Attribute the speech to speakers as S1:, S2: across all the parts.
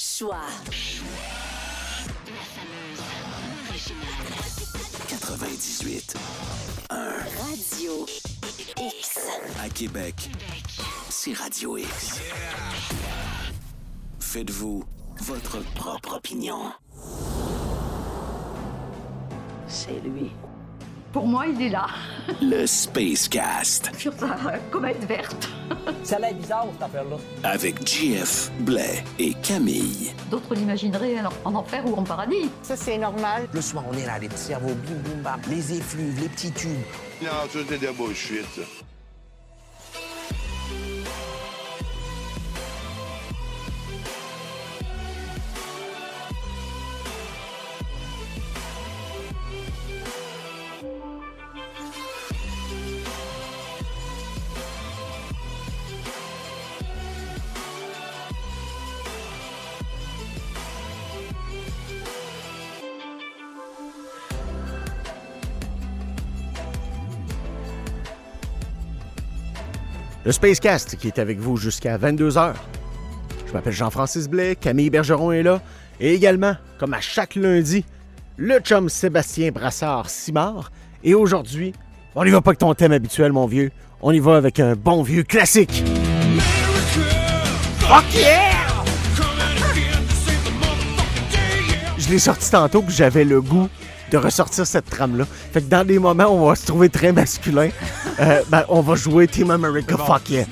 S1: Choix.
S2: La fameuse originale.
S3: 98.
S1: Radio X.
S3: À Québec,
S2: Québec.
S3: c'est Radio X. Faites-vous votre propre opinion.
S4: C'est lui. Pour moi, il est là,
S3: Le Spacecast
S4: sur sa comète verte.
S5: Ça a l'air bizarre, cette affaire-là.
S3: avec JF, Blais et Camille.
S4: D'autres l'imagineraient alors en enfer ou en paradis.
S6: Ça, c'est normal.
S7: Le soir, on est là, les petits cerveaux, bim, boum, bam, les effluves, les petits tubes.
S8: Non, ça, c'est de la bullshit, ça.
S9: Le Spacecast qui est avec vous jusqu'à 22h. Je m'appelle Jean-Francis Blais, Camille Bergeron est là. Et également, comme à chaque lundi, le chum Sébastien Brassard Simard. Et aujourd'hui, on n'y va pas avec ton thème habituel, mon vieux. On y va avec un bon vieux classique. Fuck yeah! Je l'ai sorti tantôt, puis j'avais le goût de ressortir cette trame-là. Fait que dans des moments où on va se trouver très masculin, euh, ben, on va jouer Team America Fuck Yeah.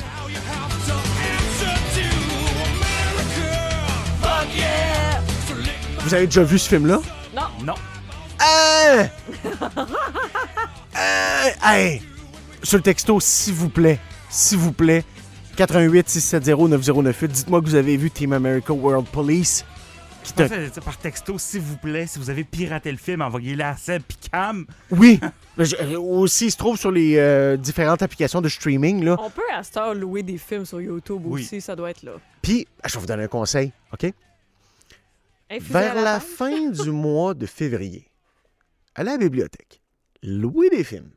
S9: Vous avez déjà vu ce film-là?
S5: Non. Non.
S9: Hein? Hein? Hey! Sur le texto, s'il vous plaît, s'il vous plaît, 88 670 9098, dites-moi que vous avez vu Team America World Police. Qui te...
S10: par texto, s'il vous plaît, si vous avez piraté le film, envoyez-le à Seb puis Cam.
S9: Oui! Mais je- euh, aussi, il se trouve sur les euh, différentes applications de streaming. Là.
S11: On peut à cette heure louer des films sur YouTube
S10: Oui.
S11: aussi, ça doit être là.
S9: Puis, ah, je vais vous donner un conseil, OK?
S11: Infusé à
S9: Vers la,
S11: page.
S9: fin du mois de février, à la bibliothèque, louez des films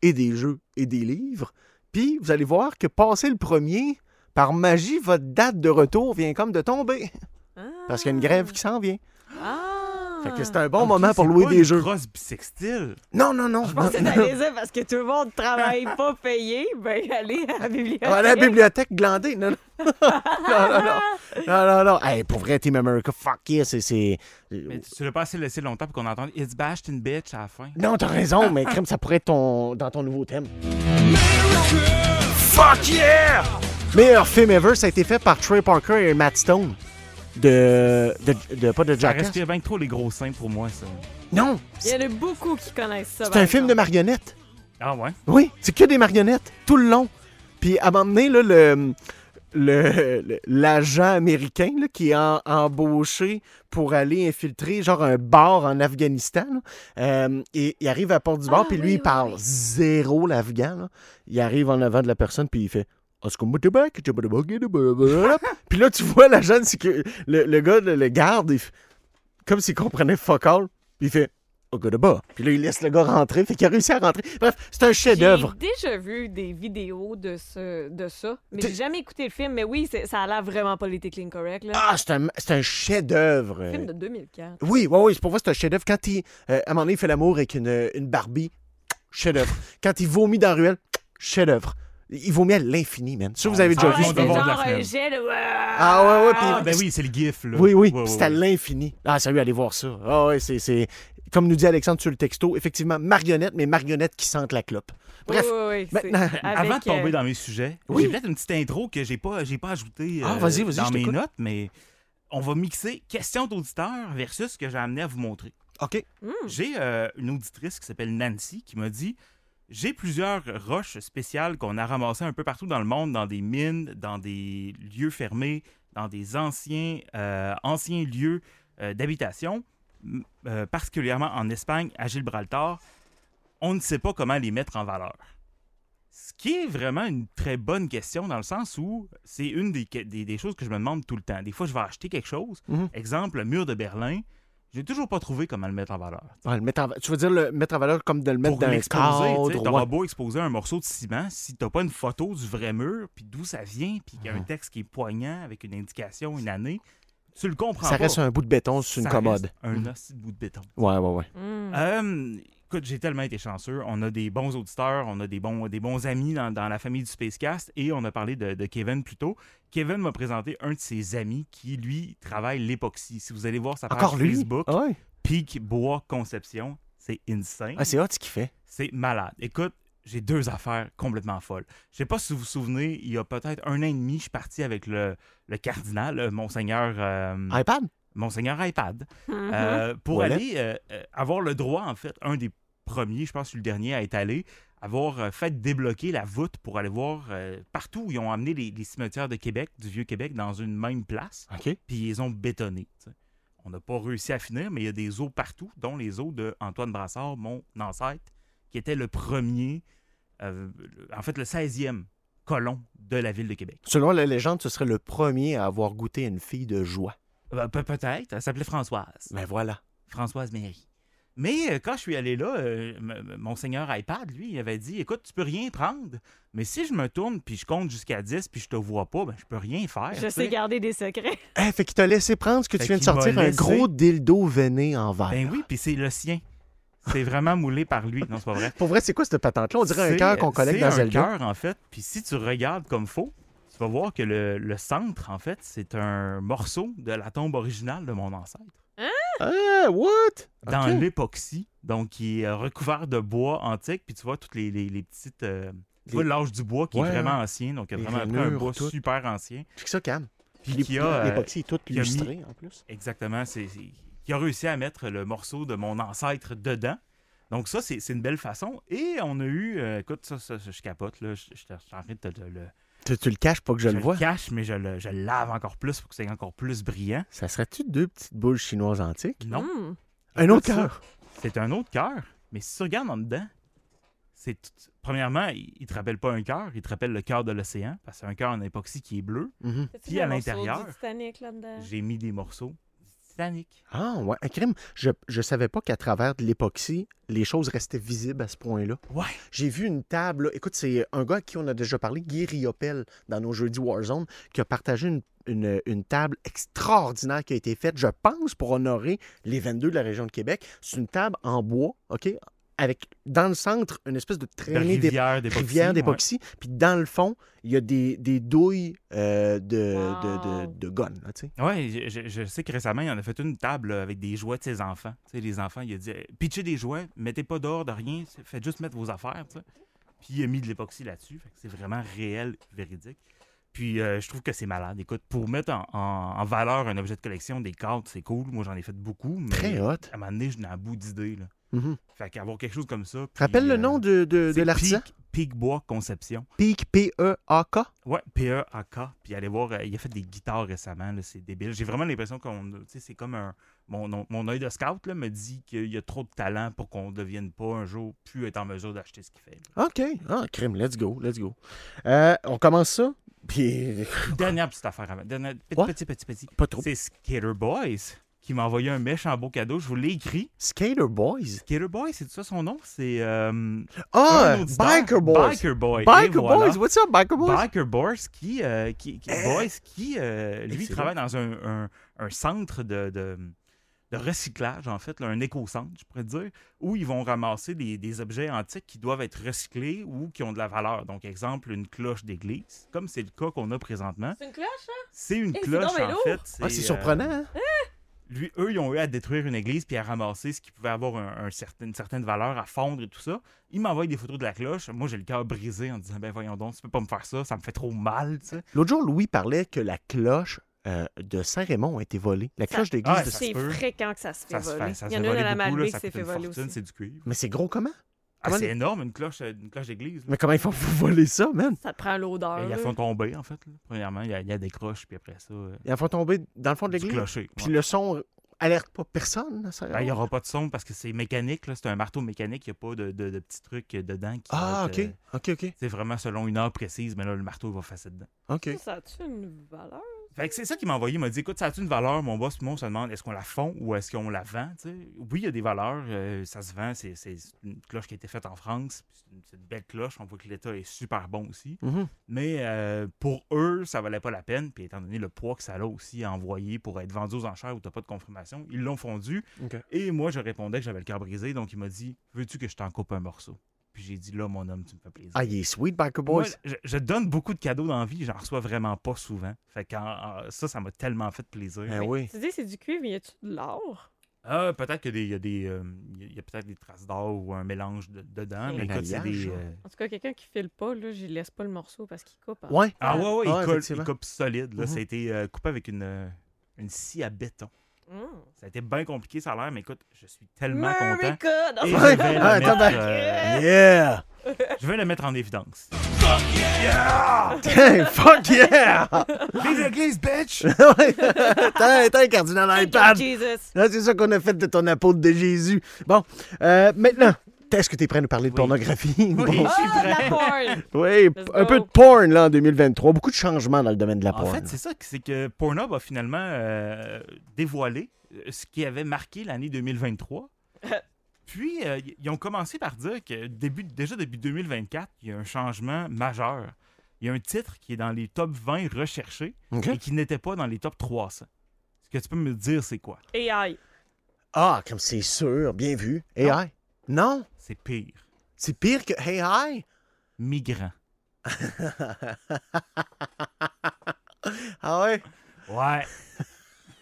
S9: et des jeux et des livres, puis vous allez voir que passer le premier, par magie, votre date de retour vient comme de tomber,
S11: Ah.
S9: parce qu'il y a une grève qui s'en vient.
S11: Ah!
S9: Fait que c'est un bon
S10: Ok,
S9: moment pour
S10: c'est
S9: louer
S10: pas
S9: des
S10: une
S9: jeux.
S10: Grosse bisextile.
S9: Non, non, non.
S11: Je pensais d'aller dire parce que tout le monde travaille pas payé, ben allez à la bibliothèque.
S9: À Ah, la bibliothèque glandée, non, non. non, non, non. Non, non, non. Hey, pour vrai, Team America, fuck yeah, c'est- c'est...
S10: Mais tu tu l'as pas assez laissé longtemps pour qu'on entende It's bashed in bitch à la fin.
S9: Non, t'as raison, mais crème, ça pourrait être ton, dans ton nouveau thème. Fuck yeah! Meilleur film ever, ça a été fait par Trey Parker et Matt Stone. De. de, de- pas de
S10: Ça
S9: Jackass.
S10: respire bien que trop les gros seins pour moi, ça.
S9: Non!
S11: Il y
S9: C'est
S11: en a beaucoup qui connaissent ça.
S9: c'est
S11: par
S9: un film de
S11: exemple.
S9: marionnettes.
S10: Ah ouais?
S9: Oui, c'est que des marionnettes, tout le long. Puis à un moment donné, là, le. le- le- l'agent américain là, qui est en- embauché pour aller infiltrer genre un bar en Afghanistan. là. Euh, et il arrive à la porte du bar,
S11: Ah,
S9: puis lui,
S11: oui,
S9: il parle zéro l'afghan. là. Il arrive en avant de la personne, puis il fait... Puis là, tu vois l'agent, c'est que le, le gars, le, le garde, il fait- comme s'il comprenait fuck all, puis il fait... Au gars de bas. Puis là, il laisse le gars rentrer. Fait qu'il a réussi à rentrer. Bref, c'est un chef-d'œuvre.
S11: J'ai déjà vu des vidéos de, ce, de ça, mais
S9: T'es-
S11: j'ai jamais écouté le film. Mais oui, c'est- ça a l'air vraiment politiquement correct. Là.
S9: Ah, c'est un, c'est un chef-d'œuvre.
S11: film de 2004.
S9: Oui, oui, oui, c'est pour moi, c'est un chef-d'œuvre. Quand il, euh, à un moment donné, il fait l'amour avec une, une Barbie, chef-d'œuvre. Quand il vomit dans la ruelle, chef-d'œuvre. Il vomit à l'infini, man. Ça, vous avez déjà
S10: Ah,
S9: vu
S10: on
S9: ce
S10: doit
S11: c'est
S9: film.
S10: voir de la
S11: genre un
S10: fenêtre.
S11: jet de...
S9: Ah, ouais, ouais. puis-
S10: Ah, ben oui, c'est le gif, là.
S9: Oui, oui,
S10: Ouais, ouais,
S9: c'est à
S10: ouais.
S9: l'infini. Ah, sérieux, allez voir ça. Ah, ouais, c'est, c'est. Comme nous dit Alexandre sur le texto, effectivement, marionnettes, mais marionnettes qui sentent la clope. Bref.
S11: Oui, oui, oui, c'est-
S9: maintenant-
S11: avec,
S10: Avant de tomber
S11: euh,
S10: dans mes sujets,
S9: Oui.
S10: j'ai peut-être une petite intro que j'ai pas, j'ai pas ajoutée
S9: Ah,
S10: euh,
S9: vas-y, vas-y,
S10: dans
S9: je
S10: mes
S9: t'écoute.
S10: notes, mais on va mixer questions d'auditeurs versus ce que j'ai amené à vous montrer.
S9: OK.
S10: J'ai euh, une auditrice qui s'appelle Nancy qui m'a dit J'ai plusieurs roches spéciales qu'on a ramassées un peu partout dans le monde, dans des mines, dans des lieux fermés, dans des anciens, euh, anciens lieux euh, d'habitation, m- euh, particulièrement en Espagne, à Gibraltar. On ne sait pas comment les mettre en valeur. Ce qui est vraiment une très bonne question dans le sens où c'est une des, que- des- des choses que je me demande tout le temps. Des fois, je vais acheter quelque chose.
S9: Mhm.
S10: Exemple, le mur de Berlin. J'ai toujours pas trouvé comment le mettre en valeur.
S9: Ah, le mettre en- Tu veux dire le mettre en valeur comme de le mettre
S10: Pour
S9: dans un
S10: l'exposer,
S9: cadre.
S10: tu sais,
S9: ouais.
S10: t'auras beau exposer un morceau de ciment, si t'as pas une
S9: Mhm.
S10: photo du vrai mur, puis d'où ça vient, puis qu'il y a un texte qui est poignant avec une indication, une année, tu Tu le comprends
S9: Ça
S10: pas.
S9: reste un bout de béton sur une
S10: Ça
S9: commode. Mhm.
S10: reste Un hostie de bout de béton.
S9: Ouais, ouais, ouais.
S11: Hmm.
S10: Euh, écoute, j'ai tellement été chanceux. On a des bons auditeurs, on a des bons, des bons amis dans, dans la famille du Spacecast et on a parlé de, de Kevin plus tôt. Kevin m'a présenté un de ses amis qui, lui, travaille l'époxy. Si vous allez voir sa page
S9: Encore lui.
S10: Facebook,
S9: Ah ouais.
S10: Pic Bois Conception, c'est insane.
S9: Ah, c'est hot ce qu'il fait.
S10: C'est malade. Écoute, j'ai deux affaires complètement folles. Je sais pas si vous vous souvenez, il y a peut-être un an et demi, je suis parti avec le, le cardinal, euh, Monseigneur, euh,
S9: iPad?
S10: Monseigneur iPad,
S11: Mhm.
S10: euh, pour
S9: Voilà.
S10: aller euh, euh, avoir le droit, en fait, un des premiers, je pense, le dernier à être allé, avoir euh, fait débloquer la voûte pour aller voir euh, partout où ils ont amené les, les cimetières de Québec, du Vieux-Québec, dans une même place
S9: OK.
S10: puis ils ont bétonné. tu sais. On n'a pas réussi à finir, mais il y a des eaux partout, dont les eaux de Antoine Brassard, mon ancêtre, qui était le premier, euh, le- en fait le 16e colon de la ville de Québec.
S9: Selon la légende, ce serait le premier à avoir goûté une fille de joie.
S10: Euh, pe- Peut-être, elle s'appelait Françoise,
S9: Ben voilà.
S10: Françoise Méry. Mais euh, quand je suis allé là, euh, m- m- monseigneur iPad, lui, il avait dit, écoute, tu peux rien prendre, mais si je me tourne, puis je compte jusqu'à 10, puis je te vois pas, ben, je peux rien faire. tu
S11: Je sais
S10: sais.
S11: garder des secrets.
S9: Eh, fait qu'il t'a laissé prendre ce que
S10: Fait
S9: tu viens de
S10: qu'il m'a
S9: sortir, un
S10: laissé-
S9: gros dildo veiné en verre.
S10: Ben oui, puis c'est le sien. C'est vraiment moulé par lui. Non, c'est pas vrai.
S9: Pour vrai, c'est quoi cette patente-là? On dirait un
S10: C'est-
S9: cœur qu'on collecte dans
S10: C'est un
S9: Zelda.
S10: cœur, en fait. Puis si tu regardes comme faux, tu vas voir que le, le centre, en fait, c'est un morceau de la tombe originale de mon ancêtre.
S9: Ah, what?
S10: Dans
S9: Ok.
S10: l'époxy, donc qui est euh, recouvert de bois antique. Puis tu vois toutes les, les- les petites... euh, tu
S9: Les-
S10: vois l'âge du bois qui
S9: Ouais, hein.
S10: est vraiment ancien, donc il y
S9: Les
S10: a vraiment pris un
S9: rainures,
S10: bois
S9: tout.
S10: super ancien.
S9: Check ça, Cam.
S10: Puis
S9: L'ép-
S10: qui a, euh,
S9: L'époxy est toute
S10: qui a mis-
S9: lustrée, en plus.
S10: Exactement. C'est, c'est- qui a réussi à mettre le morceau de mon ancêtre dedans. Donc ça, c'est, c'est une belle façon. Et on a eu... euh, écoute, ça, ça, ça, je capote, là. Je, je- je suis en train de te le- le,
S9: Tu, tu le caches pas que je, le vois.
S10: cache, mais je le, je le lave encore plus pour que ça soit encore plus brillant.
S9: Ça serait-tu deux petites boules chinoises antiques?
S10: Non,
S11: Hmm.
S9: Un autre
S10: ça.
S9: cœur.
S10: c'est un autre cœur. Mais si tu regardes en dedans, c'est tout- premièrement, il, il te rappelle pas un cœur, il te rappelle le cœur de l'océan, parce que c'est un cœur en époxy qui est bleu.
S9: Mhm.
S10: Puis à l'intérieur-
S2: Titanic là-dedans.
S10: J'ai mis des morceaux du Titanic.
S9: Ah, ouais. Un crime. Je, je savais pas qu'à travers de l'époxy, les choses restaient visibles à ce point-là.
S10: Ouais.
S9: J'ai vu une table. là. Écoute, c'est un gars à qui on a déjà parlé, Guy Riopel, dans nos jeudis Warzone, qui a partagé une, une- une table extraordinaire qui a été faite, je pense, pour honorer les 22 de la région de Québec. C'est une table en bois, OK? Avec, dans le centre, une espèce de
S10: De
S9: traînée d'ép-
S10: rivière d'époxy.
S9: rivière
S10: ouais.
S9: d'époxy. Puis dans le fond, il y a des, des douilles euh, de, de, de,
S11: Wow.
S9: de gun, là, tu sais.
S10: Ouais, je, je- je sais que récemment, il en a fait une table là, avec des jouets de ses enfants. Tu sais, les enfants, il a dit pitchez des jouets, mettez pas d'ordre, rien, faites juste mettre vos affaires. tu sais. Puis il a mis de l'époxy là-dessus. Fait que C'est vraiment réel, véridique. Puis euh, je trouve que c'est malade. Écoute, pour mettre en, en- en valeur un objet de collection, des cartes, c'est cool. Moi, j'en ai fait beaucoup. Mais
S9: Très hot.
S10: À un moment donné, je n'ai à bout d'idées. là.
S9: Mhm.
S10: Fait qu'avoir quelque chose comme ça. puis,
S9: Rappelle le
S10: euh,
S9: nom de, de, de
S10: c'est
S9: l'artisan?
S10: Pic- Picbois Conception.
S9: Peak,
S10: E
S9: P-E-A-K.
S10: Ouais, P-E-A-K. Puis allez voir, euh, il a fait des guitares récemment, là, c'est débile. J'ai vraiment l'impression qu'on. Tu sais, c'est comme un. Mon, mon, mon œil de scout là, me dit qu'il y a trop de talent pour qu'on ne devienne pas un jour plus être en mesure d'acheter ce qu'il fait. là.
S9: OK. Ah, crime, let's go, let's go. Euh, on commence ça, puis
S10: Dernière petite affaire avant. Dernière- petit,
S9: Ouais.
S10: petit, petit, petit.
S9: pas trop.
S10: C'est Skater Boys qui m'a envoyé un méchant beau cadeau. Je vous l'ai écrit.
S9: Skater Boys?
S10: Skater Boys, c'est ça son nom? C'est. euh,
S9: Ah,
S10: un auditeur.
S9: Biker Boys!
S10: Biker Boy. Et
S9: Biker
S10: voilà.
S9: Boys, what's up, Biker Boys?
S10: Biker Boys qui, euh, qui, qui- Boys qui euh, lui,
S9: Excellent.
S10: travaille dans un, un- un centre de, de- de recyclage, en fait, là, un éco-centre, je pourrais dire, où ils vont ramasser des, des objets antiques qui doivent être recyclés ou qui ont de la valeur. Donc, exemple, une cloche d'église, comme c'est le cas qu'on a présentement.
S2: C'est une cloche, hein?
S10: C'est une
S2: Eh, c'est
S10: cloche,
S2: donc bien
S10: en
S2: lourd.
S10: fait. euh,
S9: Ah, c'est surprenant, hein?
S10: Lui, eux, ils ont eu à détruire une église puis à ramasser ce qui pouvait avoir un, un certain- une certaine valeur, à fondre et tout ça. Ils m'envoient des photos de la cloche. Moi, j'ai le cœur brisé en disant Ben voyons donc, tu peux pas me faire ça, ça me fait trop mal, tu sais.
S9: L'autre jour, Louis parlait que la cloche euh, de Saint-Raymond a été volée. La cloche d'église
S10: Ah,
S9: de Saint-
S10: ça
S11: C'est
S10: se peut.
S11: fréquent que ça se fait
S10: Ça se
S11: voler.
S10: fait, ça
S11: Il
S10: se
S11: y en
S10: fait
S11: a une
S10: voler
S11: à la
S10: beaucoup, là,
S11: Malbaie qui
S10: ça
S11: s'est
S10: coûte
S11: fait
S10: une
S11: voler
S10: fortune,
S11: aussi.
S10: C'est du cuivre.
S9: Mais c'est gros comment?
S10: Ah,
S9: Comment
S10: c'est
S9: les-
S10: énorme, une cloche, euh, une cloche d'église. là.
S9: Mais comment ils font voler ça, man?
S11: Ça te prend l'odeur.
S10: Ils la
S11: là.
S10: font tomber, en fait. là. Premièrement, il y, a- il y a des croches, puis après ça, euh,
S9: Ils en font tomber dans le fond de
S10: du
S9: l'église?
S10: clocher.
S9: Puis
S10: ouais.
S9: le son alerte pas personne, à Saint-Raymond?
S10: Ben, il n'y aura pas de son parce que c'est mécanique. là. C'est un marteau mécanique. Il n'y a pas de, de, de petits trucs euh, dedans. Qui
S9: Ah,
S10: va
S9: OK.
S10: être, euh,
S9: OK, OK.
S10: c'est vraiment selon une heure précise, mais là, le marteau va faire ça dedans.
S9: OK.
S11: Ça a-tu une valeur?
S10: Fait que c'est ça qui m'a envoyé. Il m'a dit Écoute, ça a une valeur Mon boss, moi, on se demande est-ce qu'on la fond ou est-ce qu'on la vend tu sais? Oui, il y a des valeurs. euh, ça se vend. C'est, c'est une cloche qui a été faite en France. puis C'est une, c'est une belle cloche. On voit que l'État est super bon aussi.
S9: Mhm.
S10: Mais euh, pour eux, ça valait pas la peine. Puis étant donné le poids que ça a aussi à envoyer pour être vendu aux enchères où t'as pas de confirmation, ils l'ont fondu.
S9: OK.
S10: Et moi, je répondais que j'avais le cœur brisé. Donc il m'a dit Veux-tu que je t'en coupe un morceau Puis j'ai dit Là, mon homme, tu me fais plaisir.
S9: Ah, il est sweet, Backer
S10: Moi,
S9: Boys.
S10: je, je donne beaucoup de cadeaux dans la vie, j'en reçois vraiment pas souvent. Fait que ça, ça m'a tellement fait plaisir.
S9: Ben oui.
S11: Tu dis c'est du cuivre, mais y a-tu de l'or?
S10: Ah, peut-être qu'il y a des, il y a des, euh, il y a peut-être des traces d'or ou un mélange de- dedans,
S11: Ok.
S10: mais
S11: Un
S10: écoute, c'est
S9: alliage,
S10: des.
S9: ouais.
S10: euh,
S11: En tout cas, quelqu'un qui file pas, là, j'y laisse pas le morceau parce qu'il coupe. hein.
S9: Ouais.
S10: Ah ouais, ouais,
S9: Ah,
S10: il, colle- il
S9: effectivement.
S10: coupe solide. Là,
S9: Mhm.
S10: Ça a été euh, coupé avec une, euh, une scie à béton.
S11: Mm.
S10: Ça a été bien compliqué, ça a l'air, mais écoute, je suis tellement content.
S11: America!
S10: Et
S11: Non,
S10: je
S9: Ouais.
S10: vais, le
S9: Ah, attends,
S10: mettre, euh,
S9: Yeah!
S10: je vais le mettre en évidence.
S9: Tiens, fuck yeah!
S10: Les églises, bitch!
S9: Ouais. T'as t'as un cardinal iPad.
S11: Jesus!
S9: Là, c'est ça qu'on a fait de ton apôtre de Jésus. Bon, euh, maintenant, est-ce que tu es prêt à nous parler de
S10: Oui.
S9: pornographie?
S10: Oui,
S9: Bon.
S10: je suis
S11: Ah,
S10: prêt.
S11: de la porn!
S9: Oui,
S11: Let's
S9: un
S11: go.
S9: peu de porn là en 2023. Beaucoup de changements dans le domaine de la
S10: En
S9: porn.
S10: fait, c'est ça, c'est que Pornhub a finalement euh, dévoilé euh, ce qui avait marqué l'année 2023. Puis, euh, y- ils ont commencé par dire que début, déjà depuis 2024, il y a un changement majeur. Il y a un titre qui est dans les top 20 recherchés
S9: OK.
S10: et qui n'était pas dans les top 300. Est-ce que tu peux me dire c'est quoi?
S11: AI.
S9: Ah, comme c'est sûr, bien vu. AI. Non,
S10: C'est pire.
S9: c'est pire que AI.
S10: Migrant.
S9: Ah ouais?
S10: Ouais.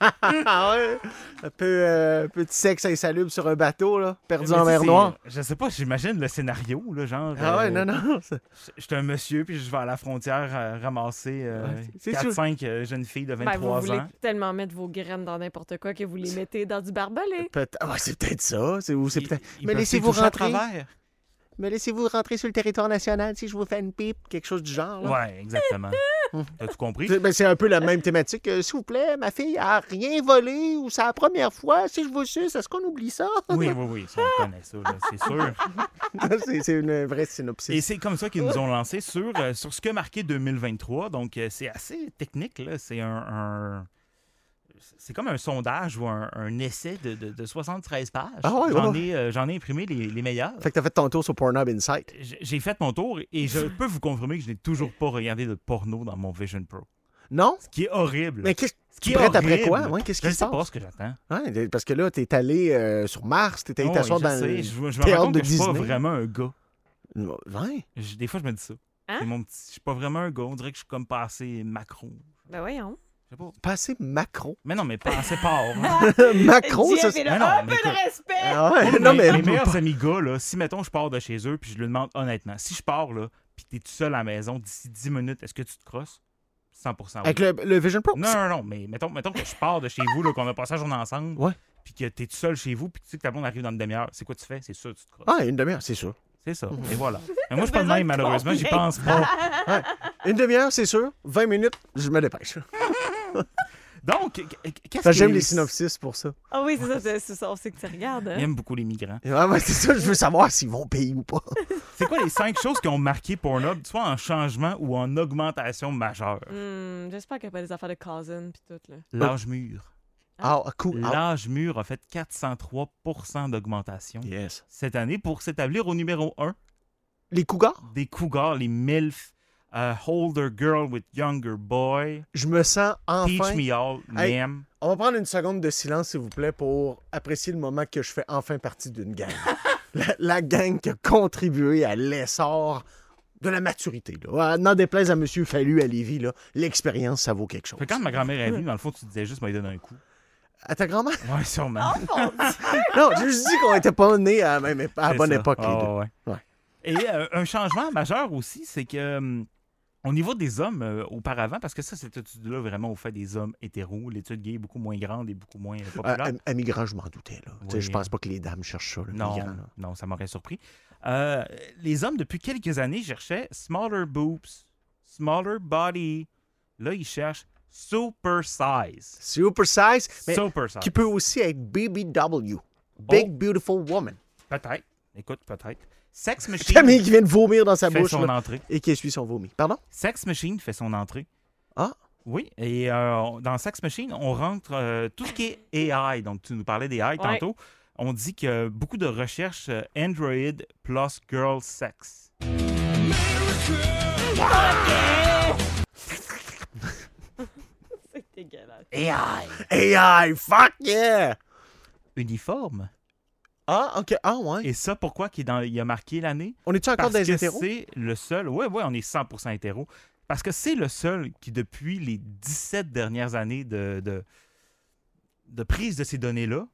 S9: ah ouais? Un peu, euh, un peu de sexe insalubre sur un bateau, là, perdu en
S10: Mais tu
S9: mer
S10: sais,
S9: Noire.
S10: c'est- euh, Je sais pas, j'imagine le scénario, là, genre.
S9: Ah ouais,
S10: euh,
S9: non, non. ça-
S10: Je suis un monsieur, puis je vais à la frontière euh, ramasser
S9: c'est sûr.
S10: 4-5 jeunes filles de
S11: Ben, vous
S10: 23
S11: voulez
S10: ans.
S11: tellement mettre vos graines dans n'importe quoi que vous les mettez dans du barbelé.
S9: Peut- ah ouais, c'est peut-être ça. C'est, ou c'est
S10: Ils-
S9: peut-être...
S10: ils
S9: Mais
S10: peuvent
S9: laissez-vous
S10: toucher à
S9: rentrer.
S10: travers.
S9: Mais laissez-vous rentrer sur le territoire national si je vous fais une pipe, quelque chose du genre. là.
S10: Ouais, exactement. T'as tout compris?
S9: C'est- ben, c'est un peu la même thématique. Euh, S'il vous plaît, ma fille a rien volé ou c'est la première fois. Si je vous suce, est-ce qu'on oublie ça?
S10: Oui, oui, oui, ça, on connaît ça, là, c'est sûr.
S9: Ah, c'est, c'est une vraie synopsis.
S10: Et c'est comme ça qu'ils nous ont lancé sur, euh, sur ce que marqué 2023. Donc, euh, c'est assez technique, là. C'est un. un- C'est comme un sondage ou un, un essai de, de- de 73 pages.
S9: Ah ouais,
S10: J'en
S9: ouais.
S10: ai, euh, j'en ai imprimé les, les meilleurs.
S9: Fait que t'as fait ton tour sur Pornhub Insight.
S10: J- J'ai fait mon tour et je peux vous confirmer que je n'ai toujours pas regardé de porno dans mon Vision Pro.
S9: Non?
S10: Ce qui est horrible.
S9: Mais qu'est-ce tu
S10: ce qui est
S9: prêtes après
S10: horrible.
S9: quoi? Ouais, qu'est-ce
S10: Je
S9: qui
S10: ne
S9: se
S10: sais
S9: passe?
S10: pas ce que j'attends.
S9: Ouais, de- parce que là, t'es allé euh, sur Mars, t'es allé
S10: Oh,
S9: t'asseoir
S10: je
S9: dans
S10: sais, je, me- je me
S9: théâtre
S10: rends compte
S9: de
S10: que je suis pas
S9: Disney.
S10: vraiment un gars.
S9: le... Ouais.
S10: Je- des fois, je me dis ça.
S11: Hein?
S10: C'est mon petit- Je suis pas vraiment un gars. On dirait que je suis comme pas assez macro.
S11: Ben voyons.
S10: Je sais pas.
S9: Passer Macron.
S10: Mais non, mais pas assez port.
S9: Macron, ça...
S11: Dieu,
S9: c'est-
S11: mais là,
S10: Mais non,
S11: un
S10: mais
S11: peu de
S10: écoute.
S11: respect!
S9: Ah ouais, non, mais...
S10: Mes Oh, meilleurs amis gars, là, si mettons je pars de chez eux puis je lui demande honnêtement, si je pars là, puis t'es tout seul à la maison d'ici 10 minutes, est-ce que tu te crosses? 100% Ah oui.
S9: Avec le, le Vision Pro?
S10: Non, non, non, mais mettons, mettons que je pars de chez vous, là, qu'on a passé la journée ensemble,
S9: Ouais.
S10: puis que t'es tout seul chez vous, puis que tu sais que ta blonde arrive dans une demi-heure, c'est quoi tu fais? C'est sûr, tu te crosses.
S9: Ah, une demi-heure, c'est sûr.
S10: C'est ça. Et voilà. Mais moi, je suis pas le
S11: T'as besoin
S10: même,
S11: de
S10: malheureusement, j'y
S11: combien?
S10: pense pas.
S9: Une demi-heure, c'est sûr. 20 minutes, je me dépêche.
S10: Donc, qu'est-ce que.
S9: Ça, j'aime les synopsis pour ça.
S11: Ah oui, c'est ça, c'est- c'est ça, on sait que tu regardes. hein.
S10: J'aime beaucoup les migrants.
S9: Ah ouais, c'est ça, je veux savoir s'ils vont payer ou pas.
S10: C'est quoi les cinq choses qui ont marqué Pornhub, soit en changement ou en augmentation majeure?
S11: Hmm, J'espère qu'il n'y a pas des affaires de cousin pis tout, là.
S10: L'âge mûr.
S9: Ah, cool. Ah.
S10: L'âge mûr a fait 403 d'augmentation
S9: Yes.
S10: cette année pour s'établir au numéro 1
S9: Les cougars,
S10: des cougars, les MILF, euh, Older Girl with Younger Boy,
S9: je me sens
S10: Teach
S9: enfin.
S10: Me All,
S9: Hey.
S10: NEM.
S9: On va prendre une seconde de silence, s'il vous plaît, pour apprécier le moment que je fais enfin partie d'une gang. la, la gang qui a contribué à l'essor de la maturité. là. Ah, N'en déplaise à M. Fallu à Lévis, là, l'expérience, ça vaut quelque chose.
S10: Fait que quand ma grand-mère est venue, dans le fond, tu disais juste, m'a donné un coup.
S9: À ta grand-mère?
S10: Ouais, sûrement.
S9: Non, je juste dis qu'on n'était pas nés à la, même épo- à la
S10: C'est
S9: bonne
S10: ça.
S9: époque, les
S10: Ah,
S9: deux.
S10: ouais.
S9: Ouais.
S10: Et euh, un changement majeur aussi, c'est que hum, au niveau des hommes euh, auparavant, parce que ça, cette étude-là, vraiment, au fait des hommes hétéros, l'étude gay est beaucoup moins grande et beaucoup moins euh,
S9: Euh,
S10: populaire.
S9: à- à migrant, je m'en doutais. Là. Tu sais,
S10: Oui.
S9: Je pense pas que les dames cherchent ça. là,
S10: non,
S9: migrant, là.
S10: non, ça m'aurait surpris. Euh, les hommes, depuis quelques années, cherchaient smaller boobs, smaller body. Là, ils cherchent super size.
S9: Super size, mais
S10: super size. Oh.
S9: qui peut aussi être BBW. Big Beautiful Woman.
S10: Peut-être. Écoute, peut-être. Sex Machine
S9: Camille qui vient de vomir dans sa
S10: fait
S9: bouche
S10: son
S9: là,
S10: entrée.
S9: et qui essuie son vomi. Pardon?
S10: Sex Machine fait son entrée.
S9: Ah.
S10: Oui, et euh, on- dans Sax Machine, on rentre euh, tout ce qui est AI. Donc, tu nous parlais des AI tantôt. On dit que beaucoup de recherches euh, Android plus girl sex.
S11: C'est dégueulasse.
S9: AI, fuck yeah!
S10: Uniforme.
S9: Ah, ok. Ah, ouais.
S10: Et ça, pourquoi qu'il est dans- il, a marqué l'année?
S9: On est-tu encore
S10: Parce
S9: dans les
S10: que
S9: hétéros?
S10: c'est le seul. Oui, oui, on est 100% hétéro. Parce que c'est le seul qui, depuis les 17 dernières années de, de, de prise de ces données-là,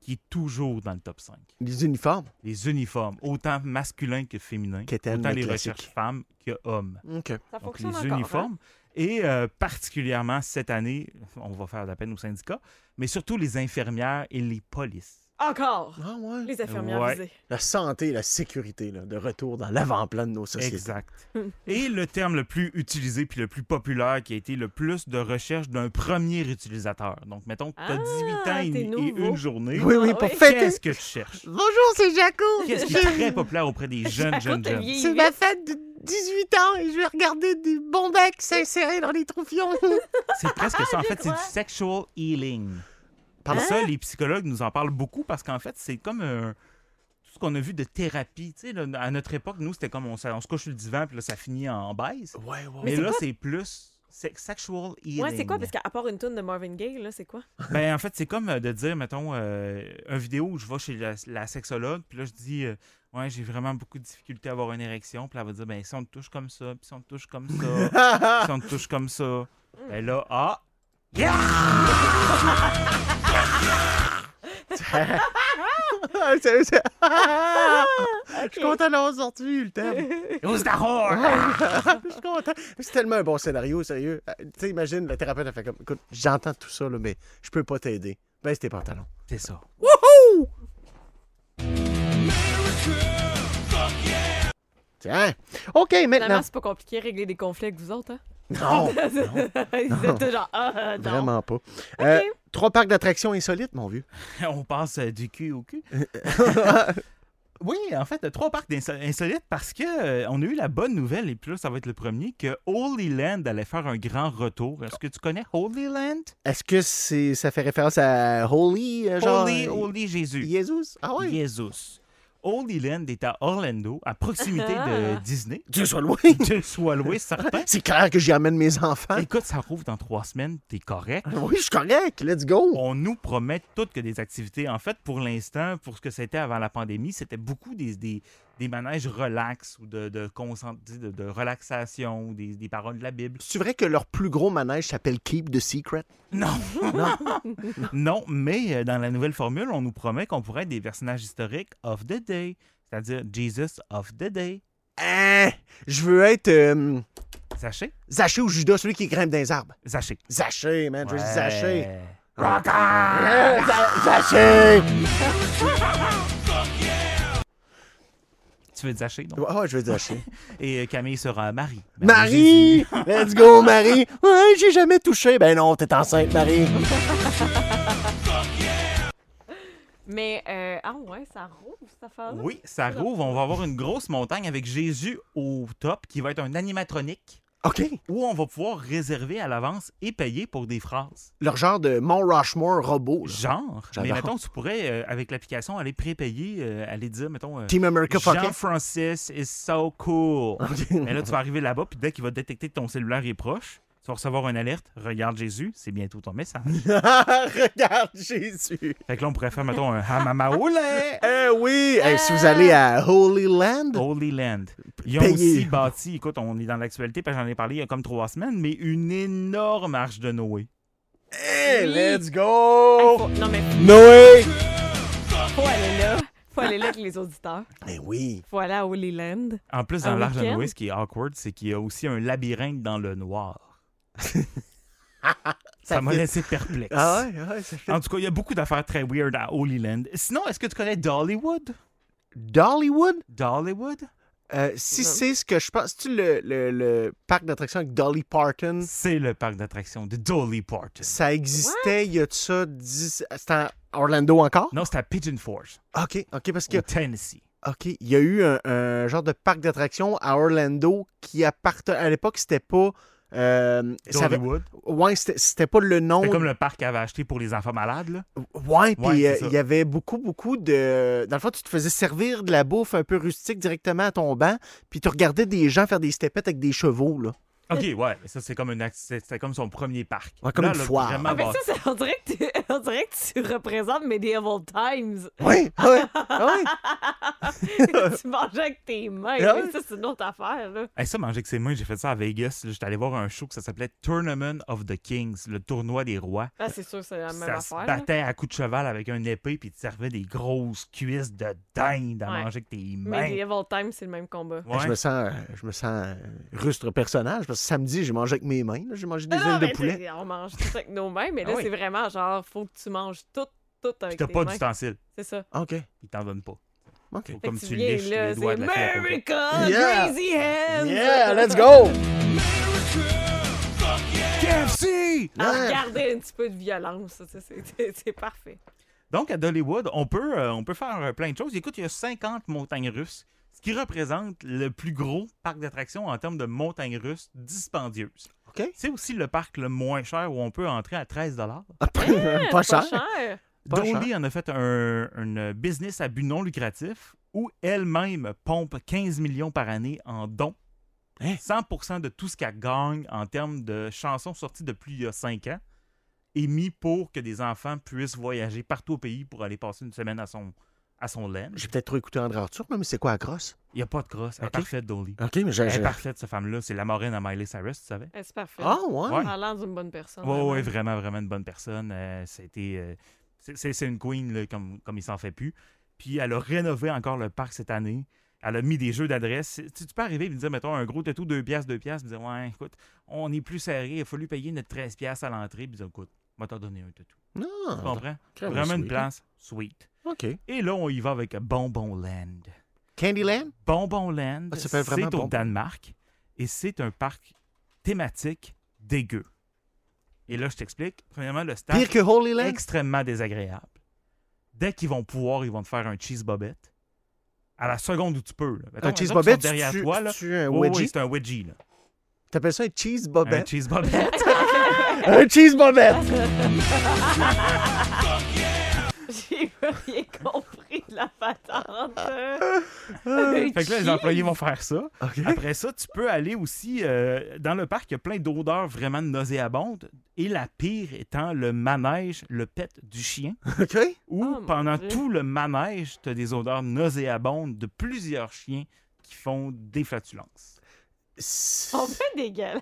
S10: qui est toujours dans le top 5.
S9: Les uniformes.
S10: Les uniformes, autant masculins que féminins,
S9: Qu'étaient
S10: autant
S9: les
S10: les
S9: classiques.
S10: recherches femmes que hommes.
S9: Ok.
S11: Ça
S10: Donc
S11: fonctionne
S10: les
S11: encore. hein?
S10: uniformes. Et euh, particulièrement cette année, on va faire de la peine aux syndicats, mais surtout les infirmières et les polices.
S11: Encore!
S9: Ah, ouais.
S11: Les infirmières
S10: Ouais.
S11: visées.
S9: La santé, la sécurité, là, de retour dans l'avant-plan de nos sociétés.
S10: Exact. Et le terme le plus utilisé puis le plus populaire qui a été le plus de recherche d'un premier utilisateur. Donc, mettons que tu as
S11: Ah,
S10: 18 ans et,
S11: t'es
S10: et
S11: nouveau.
S10: une journée.
S9: Oui, oui,
S11: Ah,
S9: pour
S11: oui.
S9: fêter.
S10: Qu'est-ce que tu cherches?
S9: Bonjour, c'est Jaco.
S10: Qu'est-ce qui est très populaire auprès des jeunes,
S11: Jaco,
S10: jeunes,
S11: t'as
S10: jeunes?
S11: vieilli
S9: C'est
S11: vite.
S9: ma fête de 18 ans et je vais regarder des bons becs s'insérer dans les troufions.
S10: C'est presque ça. En fait, c'est
S11: crois.
S10: du sexual healing. Par
S9: Pardon?
S10: ça, les psychologues nous en parlent beaucoup parce qu'en fait, c'est comme un- tout ce qu'on a vu de thérapie. Tu sais, là, à notre époque, nous, c'était comme on, s- on se couche sur le divan puis là, ça finit en baise.
S9: Ouais, ouais.
S10: Mais, là, c'est plus se- sexual healing.
S11: Ouais, c'est quoi? Parce qu'à part une toune de Marvin Gaye, là, c'est quoi?
S10: Ben, en fait, c'est comme euh, de dire, mettons, euh, un vidéo où je vais chez la, la sexologue, puis là, je dis, euh, ouais, j'ai vraiment beaucoup de difficultés à avoir une érection, puis elle va dire, ben, si on te touche comme ça, puis si on te touche comme ça,
S9: Ah,
S10: si on te touche comme ça, ben là, ah,
S9: c'est- c'est- Ah, Je suis content d'avoir sorti le thème.
S10: who's the whore?
S9: Je suis content. C'est tellement un bon scénario, sérieux. Euh, Tu sais, imagine, la thérapeute a fait comme écoute, j'entends tout ça, là, mais je peux pas t'aider. Baisse tes pantalons.
S10: C'est ça.
S9: Tiens. OK, maintenant.
S11: Finalement, c'est pas compliqué de régler des conflits avec vous autres, hein?
S9: Non,
S11: Ils étaient genre, ah, non.
S9: vraiment pas. Euh, trois parcs d'attractions insolites, mon vieux.
S10: On passe euh, du cul au cul. oui, en fait, euh, trois parcs d'inso- insolites parce que euh, on a eu la bonne nouvelle, et puis là, ça va être le premier, que Holy Land allait faire un grand retour. Est-ce que tu connais Holy Land?
S9: Est-ce que c'est, ça fait référence à Holy, euh, genre.
S10: Holy, Holy Jésus.
S9: Jesus? Ah ouais?
S10: Jesus. Holy Land est à Orlando, à proximité de Disney.
S9: Dieu soit loin.
S10: Ah. Dieu soit loué, certain.
S9: C'est clair que j'y amène mes enfants.
S10: Écoute, ça rouvre dans trois semaines, t'es correct.
S9: Oui, je suis correct. Let's go.
S10: On nous promet toutes que des activités. En fait, pour l'instant, pour ce que c'était avant la pandémie, c'était beaucoup des, des, des manèges relax ou de, de, concent- de, de relaxation ou des, des paroles de la Bible.
S9: C'est vrai que leur plus gros manège s'appelle Keep the Secret.
S10: Non. non. mais euh, dans la nouvelle formule, on nous promet qu'on pourrait être des personnages historiques of the day, c'est-à-dire Jesus of the day.
S9: Hein? Je veux être euh,
S10: Sachez?
S9: Zaché ou Judas, celui qui grimpe dans les arbres.
S10: Sachez.
S9: Zaché, man. Je veux être Zaché.
S10: Ouais.
S9: Hein, Za- Zaché!
S10: Tu veux Zaché, donc?
S9: Ouais, ouais, je veux Zaché.
S10: Et euh, Camille sera Marie. Ben,
S9: Marie! Let's go, Marie! Ouais, j'ai jamais touché. Ben non, t'es enceinte, Marie.
S11: Mais, euh, ah ouais, ça rouvre, cette affaire-là?
S10: Jésus. Oui, ça rouvre. On va avoir une grosse montagne avec Jésus au top qui va être un animatronique
S9: OK.
S10: où on va pouvoir réserver à l'avance et payer pour des phrases.
S9: Leur genre de Mont Rushmore robot. là.
S10: Genre. Mais
S9: J'adore.
S10: mettons, tu pourrais, euh, avec l'application, aller prépayer, euh, aller dire, mettons, euh,
S9: Team America fucking.
S10: Jean-Francis is so cool. Mais là, tu vas arriver là-bas, puis dès qu'il va détecter que ton cellulaire est proche, tu vas recevoir une alerte. Regarde Jésus, c'est bientôt ton message.
S9: Regarde Jésus.
S10: Fait que là, on pourrait faire, mettons, un Hamamaoulé.
S9: Eh oui! Eh, Oh. si vous allez à Holy Land,
S10: Holy Land. Ils ont
S9: Payé.
S10: aussi bâti, écoute, on est dans l'actualité, parce que j'en ai parlé il y a comme trois semaines, mais une énorme arche de Noé.
S9: eh,
S11: Oui.
S9: let's go!
S11: Faut- non, mais
S9: Noé!
S11: faut aller là. Faut aller là avec les auditeurs.
S9: Mais Eh oui.
S11: Faut aller à Holy Land.
S10: En plus,
S11: Un
S9: Ah,
S10: dans l'arche de
S11: week-end?
S10: Noé, ce qui est awkward, c'est qu'il y a aussi un labyrinthe dans le noir. Ça m'a
S9: fait-
S10: laissé perplexe.
S9: Ah ouais, ouais, ça fait.
S10: En tout cas, il y a beaucoup d'affaires très weird à Holy Land. Sinon, est-ce que tu connais Dollywood?
S9: Dollywood?
S10: Dollywood?
S9: Euh, si
S11: Non.
S9: c'est ce que je pense, tu le, le, le parc d'attractions avec Dolly Parton,
S10: C'est le parc d'attractions de Dolly Parton.
S9: ça existait il y a de ça 10. C'était en Orlando encore? Mm.
S10: Non, c'est à Pigeon Forge,
S9: Ok, ok, parce que.
S10: au Tennessee.
S9: Ok, il y a eu un, un genre de parc d'attractions à Orlando qui appartenait. À l'époque, c'était pas Euh, ça avait-
S10: Dollywood.
S9: ouais, c'était- c'était pas le nom.
S10: C'est comme le parc qu'elle avait acheté pour les enfants malades. Là.
S9: Ouais, puis
S10: c'est
S9: euh,
S10: ça.
S9: il y avait beaucoup, beaucoup de. Dans le fond, tu te faisais servir de la bouffe un peu rustique directement à ton banc, puis tu regardais des gens faire des stepettes avec des chevaux, là.
S10: OK, ouais. mais Ça, c'est comme, une ac- c'est- c'était comme son premier parc.
S9: Ouais, comme
S10: Là,
S9: une
S10: elle a
S9: foire.
S10: vraiment
S11: Ah, mais
S10: bâti.
S11: ça, c'est- on, dirait que tu, on dirait que tu représentes Medieval Times.
S9: Ouais, ah ouais, ouais.
S11: tu manges avec tes mains.
S9: Ah ouais?
S11: Ça, c'est une autre affaire. Là.
S10: Hey, ça, manger avec ses mains, j'ai fait ça à Vegas. là. J'étais allé voir un show que ça s'appelait Tournament of the Kings, le tournoi des rois.
S11: Ah, c'est sûr que c'est la même
S10: ça se
S11: affaire. là.
S10: battait à coups de cheval avec un épée, puis tu servais des grosses cuisses de dingue à
S11: Ouais.
S10: manger avec tes mains.
S11: Medieval Times, c'est le même combat.
S10: Ouais.
S9: Je me sens, je me sens euh, rustre personnage parce que samedi, j'ai mangé avec mes mains. là. J'ai mangé des
S11: Non, Ah non,
S9: ailes de
S11: mais
S9: poulet.
S11: t'sais, On mange tout avec nos mains, mais là,
S10: Ah oui.
S11: c'est vraiment genre, faut que tu manges tout, tout
S10: Puis
S11: avec
S10: t'as
S11: tes
S10: pas
S11: mains.
S10: d'ustensiles.
S11: C'est ça.
S9: Ah, OK.
S10: Ils t'en donnent pas.
S9: OK.
S10: Faut
S11: Fait que
S10: comme tu,
S11: viens
S10: liches
S11: là,
S10: les doigts de la
S11: c'est
S10: fille à côté.
S11: America,
S9: Yeah.
S11: crazy hands!
S9: Yeah, let's go!
S10: KFC!
S11: Ah,
S9: Ouais.
S11: regardez un petit peu de violence, ça, ça, c'est- c'est c'est parfait.
S10: Donc, à Dollywood, on peut, euh, on peut faire euh, plein de choses. Écoute, il y a 50 montagnes russes, ce qui représente le plus gros parc d'attractions en termes de montagnes russes dispendieuses.
S9: OK.
S10: C'est aussi le parc le moins cher où on peut entrer à 13
S9: ah, pas
S11: Pas
S9: cher.
S11: cher.
S9: Pas
S10: Dolly en a fait un, une business à but non lucratif où elle-même pompe 15 millions par année en dons.
S9: Hein?
S10: 100% de tout ce qu'elle gagne en termes de chansons sorties depuis il y a 5 ans est mis pour que des enfants puissent voyager partout au pays pour aller passer une semaine à son, à son lunch.
S9: J'ai peut-être trop écouté André Arthur, là, mais c'est quoi la grosse?
S10: Il n'y a pas de crosse. Elle est
S9: Ok.
S10: parfaite, Dolly.
S9: OK, mais j'ai.
S10: Elle est
S9: j'ai-
S10: parfaite, cette femme-là. C'est la marraine à Miley Cyrus, tu savais?
S11: Eh, C'est parfait.
S9: Ah, ouais.
S10: Ouais.
S11: Parlant d'une bonne personne.
S10: Oui,
S11: vraiment.
S10: ouais, vraiment, vraiment une bonne personne. Euh, C'était. euh, c'est- c'est c'est une queen, là, comme, comme il s'en fait plus. Puis elle a rénové encore le parc cette année. Elle a mis des jeux d'adresse. C'est- Tu, tu peux arriver et me dire, mettons, un gros tatou, 2 piastres, 2 piastres. Puis dire, ouais, écoute, on est plus serré. Il a fallu payer notre 13 piastres à l'entrée. Puis dire, écoute, on va t'en donner un tatou. Tu
S9: Non.
S10: comprends?
S9: crème,
S10: Vraiment une
S9: sweet.
S10: place sweet.
S9: OK.
S10: Et là, on y va avec Bonbon Land.
S9: Candyland?
S10: Bonbonland,
S9: Ah, ça s'appelle
S10: c'est
S9: vraiment
S10: au
S9: Bonbon.
S10: Danemark et c'est un parc thématique dégueu. Et là, je t'explique. Premièrement, le staff
S9: Pire que Holy
S10: est
S9: Land?
S10: extrêmement désagréable. Dès qu'ils vont pouvoir, ils vont te faire un cheese bobette. À la seconde où tu peux. là. Mettons,
S9: Un
S10: les
S9: cheese
S10: autres sont
S9: bobette?
S10: derrière
S9: tu-
S10: toi. Là.
S9: tu un
S10: Oui, oui,
S9: wedgie?
S10: c'est un wedgie. là.
S9: T'appelles ça un cheese
S10: Un
S9: bobette?
S10: cheese bobette.
S9: Un cheese bobette!
S11: J'ai rien compris de la patente. Un
S10: fait que là, les
S11: cheese.
S10: employés vont faire ça.
S9: OK.
S10: Après ça, tu peux aller aussi euh, dans le parc. Il y a plein d'odeurs vraiment nauséabondes. Et la pire étant le manège, le pet du chien.
S9: OK.
S10: où
S11: Oh, mon
S10: pendant
S11: Dieu.
S10: tout le manège, tu as des odeurs nauséabondes de plusieurs chiens qui font des flatulences.
S9: C'est-
S11: On fait des gueules.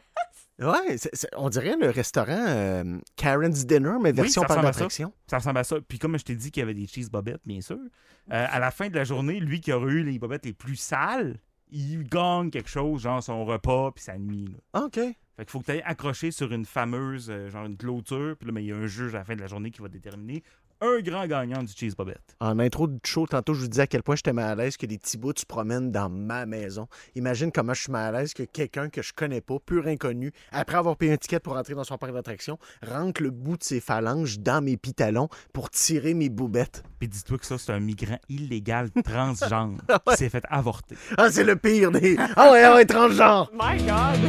S9: Ouais, c'est- c'est- on dirait le restaurant euh, Karen's Dinner, mais version
S10: ça
S9: par
S10: ressemble à ça.
S9: attraction.
S10: Ça ressemble à ça. Puis comme je t'ai dit qu'il y avait des cheese bobettes, bien sûr, euh, à la fin de la journée, lui qui aurait eu les bobettes les plus sales, il gagne quelque chose, genre son repas puis sa nuit. là.
S9: OK.
S10: Fait qu'il faut que tu ailles accroché sur une fameuse, euh, genre une clôture, puis là, mais il y a un juge à la fin de la journée qui va déterminer un grand gagnant du cheese bobette.
S9: En intro du show, tantôt, je vous disais à quel point j'étais mal à l'aise que des petits bouts se promènent dans ma maison. Imagine comment je suis mal à l'aise que quelqu'un que je connais pas, pur inconnu, après avoir payé un ticket pour entrer dans son parc d'attraction, rentre le bout de ses phalanges dans mes pitalons pour tirer mes boubettes.
S10: Puis dis-toi que ça, c'est un migrant illégal transgenre qui s'est fait avorter.
S9: Ah, c'est le pire des. Ah ouais, ah ouais, transgenre!
S11: My God!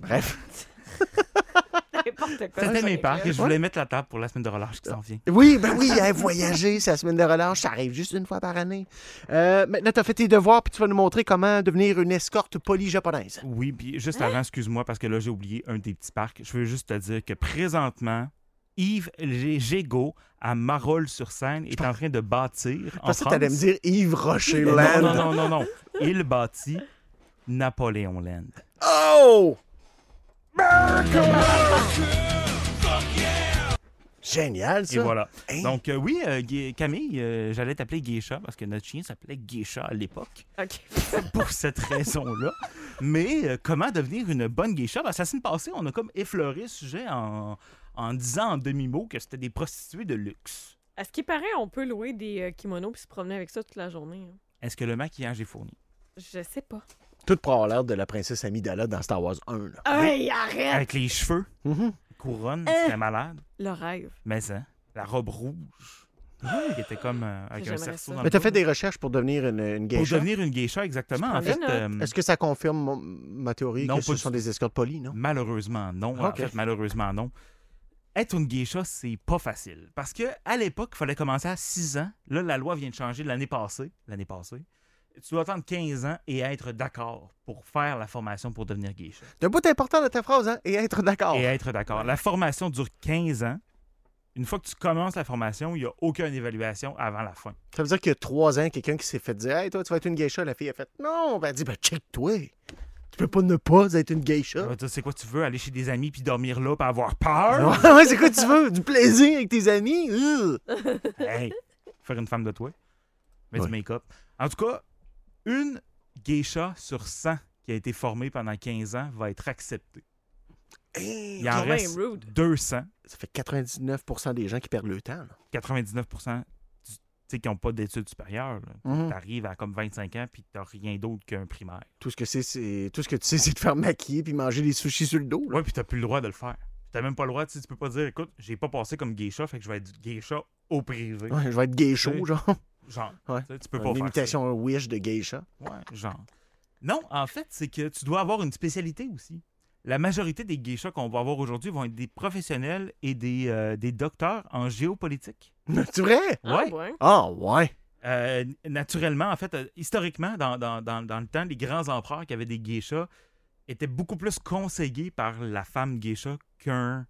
S9: Bref.
S11: N'importe quoi.
S10: C'était mes
S11: Avec
S10: parcs
S11: le-
S10: et je voulais mettre la table pour la semaine de relâche qui s'en vient.
S9: Oui, ben oui, hein, voyager, c'est la semaine de relâche, ça arrive juste une fois par année. Euh, maintenant, t'as fait tes devoirs, puis tu vas nous montrer comment devenir une escorte poly-japonaise.
S10: Oui, puis juste avant, excuse-moi, parce que là, j'ai oublié un des petits parcs. Je veux juste te dire que présentement, Yves G- Gégaud à Marolles-sur-Seine est en train de bâtir.
S9: Je
S10: en
S9: pensais que t'allais me
S10: France-
S9: dire Yves Rocher
S10: Non, non,
S9: Land.
S10: non, non, non. Il bâtit Napoléon Land.
S9: Oh! Génial, ça.
S10: Et voilà.
S9: Hein?
S10: Donc, euh, oui, euh, Gu- Camille, euh, j'allais t'appeler Geisha parce que notre chien s'appelait Geisha à l'époque.
S11: Ok.
S10: pour cette raison-là. Mais euh, comment devenir une bonne geisha? Ben, ça s'est passé, on a comme effleuré le sujet en, en disant en demi-mot que c'était des prostituées de luxe.
S11: À ce qui paraît, on peut louer des euh, kimonos puis se promener avec ça toute la journée. hein.
S10: Est-ce que le maquillage est fourni?
S11: Je sais pas.
S9: Tout pour avoir l'air de la princesse Amidala dans Star Wars 1.
S10: Ah,
S9: là.
S11: Hey, arrête!
S10: Avec les cheveux,
S9: Mhm.
S10: couronne, c'était malade.
S11: Le rêve.
S10: Mais hein, la robe rouge, Il était comme euh, avec un
S11: J'aimerais
S10: cerceau dans
S11: ça.
S9: Mais
S10: le
S9: t'as
S10: dos.
S9: fait des recherches pour devenir une, une
S10: Pour
S9: geisha.
S10: devenir une geisha, exactement.
S11: Je
S10: En fait,
S11: prends des notes.
S10: euh,
S9: Est-ce que ça confirme mon- ma théorie
S10: Non,
S9: que
S10: pas
S9: ce
S10: du
S9: sont
S10: tout.
S9: des escortes polies, non?
S10: Malheureusement, non. En
S9: Ok.
S10: fait, malheureusement, non. Être une geisha, c'est pas facile. Parce que à l'époque, il fallait commencer à 6 ans. Là, la loi vient de changer l'année passée. L'année passée. Tu dois attendre 15 ans et être d'accord pour faire la formation pour devenir geisha.
S9: C'est un bout important de ta phrase, hein? Et être d'accord.
S10: Et être d'accord. La formation dure 15 ans. Une fois que tu commences la formation, il n'y a aucune évaluation avant la fin.
S9: Ça veut dire qu'il y a trois ans, quelqu'un qui s'est fait dire Hey, toi, tu vas être une geisha. La fille a fait Non. Ben, elle dit Ben, check-toi. Tu peux pas ne pas être une
S10: Ça
S9: geisha.
S10: veut dire, c'est quoi tu veux? Aller chez des amis puis dormir là puis avoir peur?
S9: Ouais, c'est quoi tu veux? Du plaisir avec tes amis? Ugh.
S10: Hey, faire une femme de toi. Mets
S9: Ouais.
S10: du make-up. En tout cas, une geisha sur 100 qui a été formée pendant 15 ans va être acceptée. Il en
S11: Quand même
S10: reste
S11: rude.
S10: 200,
S9: Ça fait 99 des gens qui perdent le temps. là.
S10: 99% du- tu sais, qui n'ont pas d'études supérieures.
S9: Mhm.
S10: Tu arrives à comme 25 ans puis tu rien d'autre qu'un primaire.
S9: Tout ce que c'est, c'est. Tout ce que tu sais, c'est de faire maquiller puis manger des sushis sur le dos. là.
S10: Ouais, puis tu plus le droit de le faire. Tu même pas le droit, tu sais, tu peux pas dire, écoute, j'ai pas passé comme geisha, fait que je vais être geisha au privé.
S9: Ouais, je vais être geisha,
S10: Oui.
S9: genre.
S10: Genre,
S9: Ouais.
S10: tu sais, tu peux pas
S9: Une
S10: faire ça.
S9: imitation Wish de geisha.
S10: Ouais, genre. Non, en fait, c'est que tu dois avoir une spécialité aussi. La majorité des geishas qu'on va avoir aujourd'hui vont être des professionnels et des, euh, des docteurs en géopolitique.
S9: C'est vrai?
S11: Ah,
S10: Ouais.
S11: ouais.
S9: Ah, ouais.
S10: Euh, naturellement, en fait, euh, historiquement, dans, dans- dans- dans le temps, les grands empereurs qui avaient des geishas étaient beaucoup plus conseillés par la femme geisha qu'un